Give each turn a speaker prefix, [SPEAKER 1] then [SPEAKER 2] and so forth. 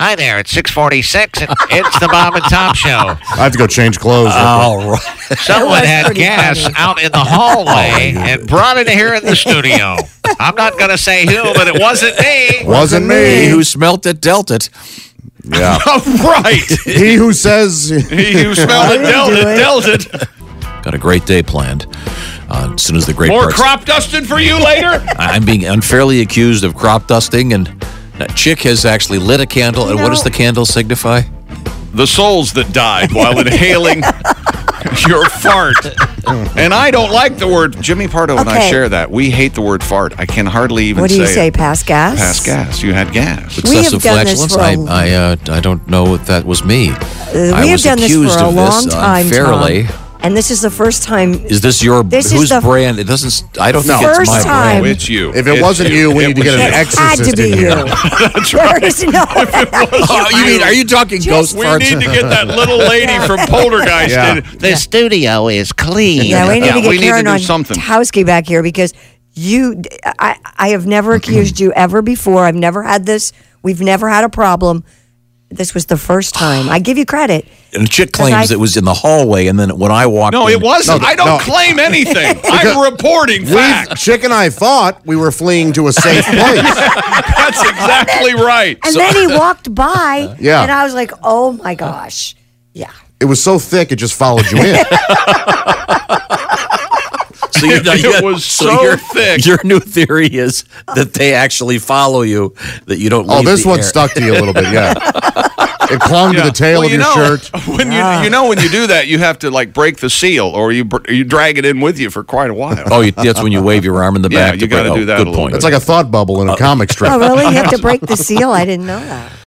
[SPEAKER 1] Hi there, it's 646. and It's the Bob and Tom Show.
[SPEAKER 2] I have to go change clothes.
[SPEAKER 3] All right.
[SPEAKER 1] Someone
[SPEAKER 4] was
[SPEAKER 1] had
[SPEAKER 4] pretty
[SPEAKER 1] gas
[SPEAKER 4] funny. Oh,
[SPEAKER 1] out in the hallway and brought it here in the studio. I'm not going to say who, but it wasn't me.
[SPEAKER 2] Wasn't
[SPEAKER 3] He
[SPEAKER 2] me.
[SPEAKER 3] who smelt it dealt it.
[SPEAKER 2] yeah.
[SPEAKER 1] right.
[SPEAKER 2] he who says
[SPEAKER 1] You smelled it, dealt it, dealt it.
[SPEAKER 3] Got a great day planned. Uh, as soon as the great
[SPEAKER 1] More
[SPEAKER 3] parts-
[SPEAKER 1] crop dusting for you later.
[SPEAKER 3] I- I'm being unfairly accused of crop dusting, and that chick has actually lit a candle. and what does the candle signify?
[SPEAKER 5] the souls that died while inhaling your fart. And I don't like the word. Jimmy Pardo and I
[SPEAKER 4] Okay.
[SPEAKER 5] share that. We hate the word fart. I can hardly even
[SPEAKER 4] What do
[SPEAKER 5] say,
[SPEAKER 4] you say,
[SPEAKER 5] it.
[SPEAKER 4] pass gas?
[SPEAKER 5] pass gas. You had gas.
[SPEAKER 4] We have
[SPEAKER 3] Excessive
[SPEAKER 4] done this
[SPEAKER 3] flatulence.
[SPEAKER 4] for a- Uh,
[SPEAKER 3] I, I, uh, I don't know if that was me. I
[SPEAKER 4] we have
[SPEAKER 3] was
[SPEAKER 4] done this
[SPEAKER 3] accused
[SPEAKER 4] for a
[SPEAKER 3] of
[SPEAKER 4] long
[SPEAKER 3] this
[SPEAKER 4] time,
[SPEAKER 3] unfairly.
[SPEAKER 4] Tom. And this is the first time.
[SPEAKER 3] Is this your
[SPEAKER 4] This is
[SPEAKER 3] whose
[SPEAKER 4] the
[SPEAKER 3] brand? It doesn't. s- I don't think it's
[SPEAKER 4] First
[SPEAKER 3] my
[SPEAKER 4] time.
[SPEAKER 5] Oh,
[SPEAKER 3] brand.
[SPEAKER 5] it's you.
[SPEAKER 2] Um, if it
[SPEAKER 5] It's
[SPEAKER 2] wasn't you, we
[SPEAKER 5] It
[SPEAKER 2] need to
[SPEAKER 5] was
[SPEAKER 2] get an
[SPEAKER 5] you.
[SPEAKER 4] it had to
[SPEAKER 2] exorcist
[SPEAKER 4] be
[SPEAKER 2] in
[SPEAKER 4] you.
[SPEAKER 2] here.
[SPEAKER 4] That's right. There's no.
[SPEAKER 3] Oh, you mean? Are you talking ghost
[SPEAKER 5] We
[SPEAKER 3] farts?
[SPEAKER 5] need to get that little lady from Poltergeist.
[SPEAKER 2] Yeah.
[SPEAKER 5] in.
[SPEAKER 1] The studio is clean.
[SPEAKER 4] Yeah, we need
[SPEAKER 5] Yeah,
[SPEAKER 4] to get
[SPEAKER 5] we need to
[SPEAKER 4] Karen
[SPEAKER 5] do
[SPEAKER 4] on
[SPEAKER 5] something.
[SPEAKER 4] Towski back here because you, I, I have never
[SPEAKER 3] Mm-hmm.
[SPEAKER 4] accused you ever before. I've never had this. We've never had a problem. This was the first time. I give you credit.
[SPEAKER 3] and the chick claims
[SPEAKER 4] I-
[SPEAKER 3] it was in the hallway, and then when I walked,
[SPEAKER 5] No,
[SPEAKER 3] in,
[SPEAKER 5] it wasn't.
[SPEAKER 2] No,
[SPEAKER 5] I don't
[SPEAKER 2] no.
[SPEAKER 5] claim anything. I'm reporting
[SPEAKER 2] We,
[SPEAKER 5] facts.
[SPEAKER 2] Chick and I thought we were fleeing to a safe place.
[SPEAKER 5] That's exactly right.
[SPEAKER 4] And then he walked by,
[SPEAKER 2] Yeah.
[SPEAKER 4] and I was like, oh my gosh. Yeah.
[SPEAKER 2] It was so thick it just followed you in.
[SPEAKER 3] So you're not-
[SPEAKER 5] It
[SPEAKER 3] yeah,
[SPEAKER 5] was so
[SPEAKER 3] your-
[SPEAKER 5] thick.
[SPEAKER 3] Your new theory is that they actually follow you, that you don't.
[SPEAKER 2] Oh,
[SPEAKER 3] leave
[SPEAKER 2] this
[SPEAKER 3] the
[SPEAKER 2] one
[SPEAKER 3] air.
[SPEAKER 2] stuck to you a little bit, yeah. It clung to
[SPEAKER 5] Yeah.
[SPEAKER 2] the tail
[SPEAKER 5] Well,
[SPEAKER 2] of
[SPEAKER 5] you
[SPEAKER 2] your
[SPEAKER 5] know,
[SPEAKER 2] shirt. Ah.
[SPEAKER 5] When you, you know when you do that, you have to like break the seal, or you br- you drag it in with you for quite a while.
[SPEAKER 3] Oh, you, that's when you wave your arm in the
[SPEAKER 5] Yeah,
[SPEAKER 3] back.
[SPEAKER 5] you
[SPEAKER 3] to break-
[SPEAKER 5] gotta do
[SPEAKER 3] oh,
[SPEAKER 5] that a
[SPEAKER 3] Good
[SPEAKER 5] little
[SPEAKER 3] point.
[SPEAKER 5] bit.
[SPEAKER 2] It's like a thought bubble in a comic strip.
[SPEAKER 4] Oh, really? You have to break the seal? I didn't know that.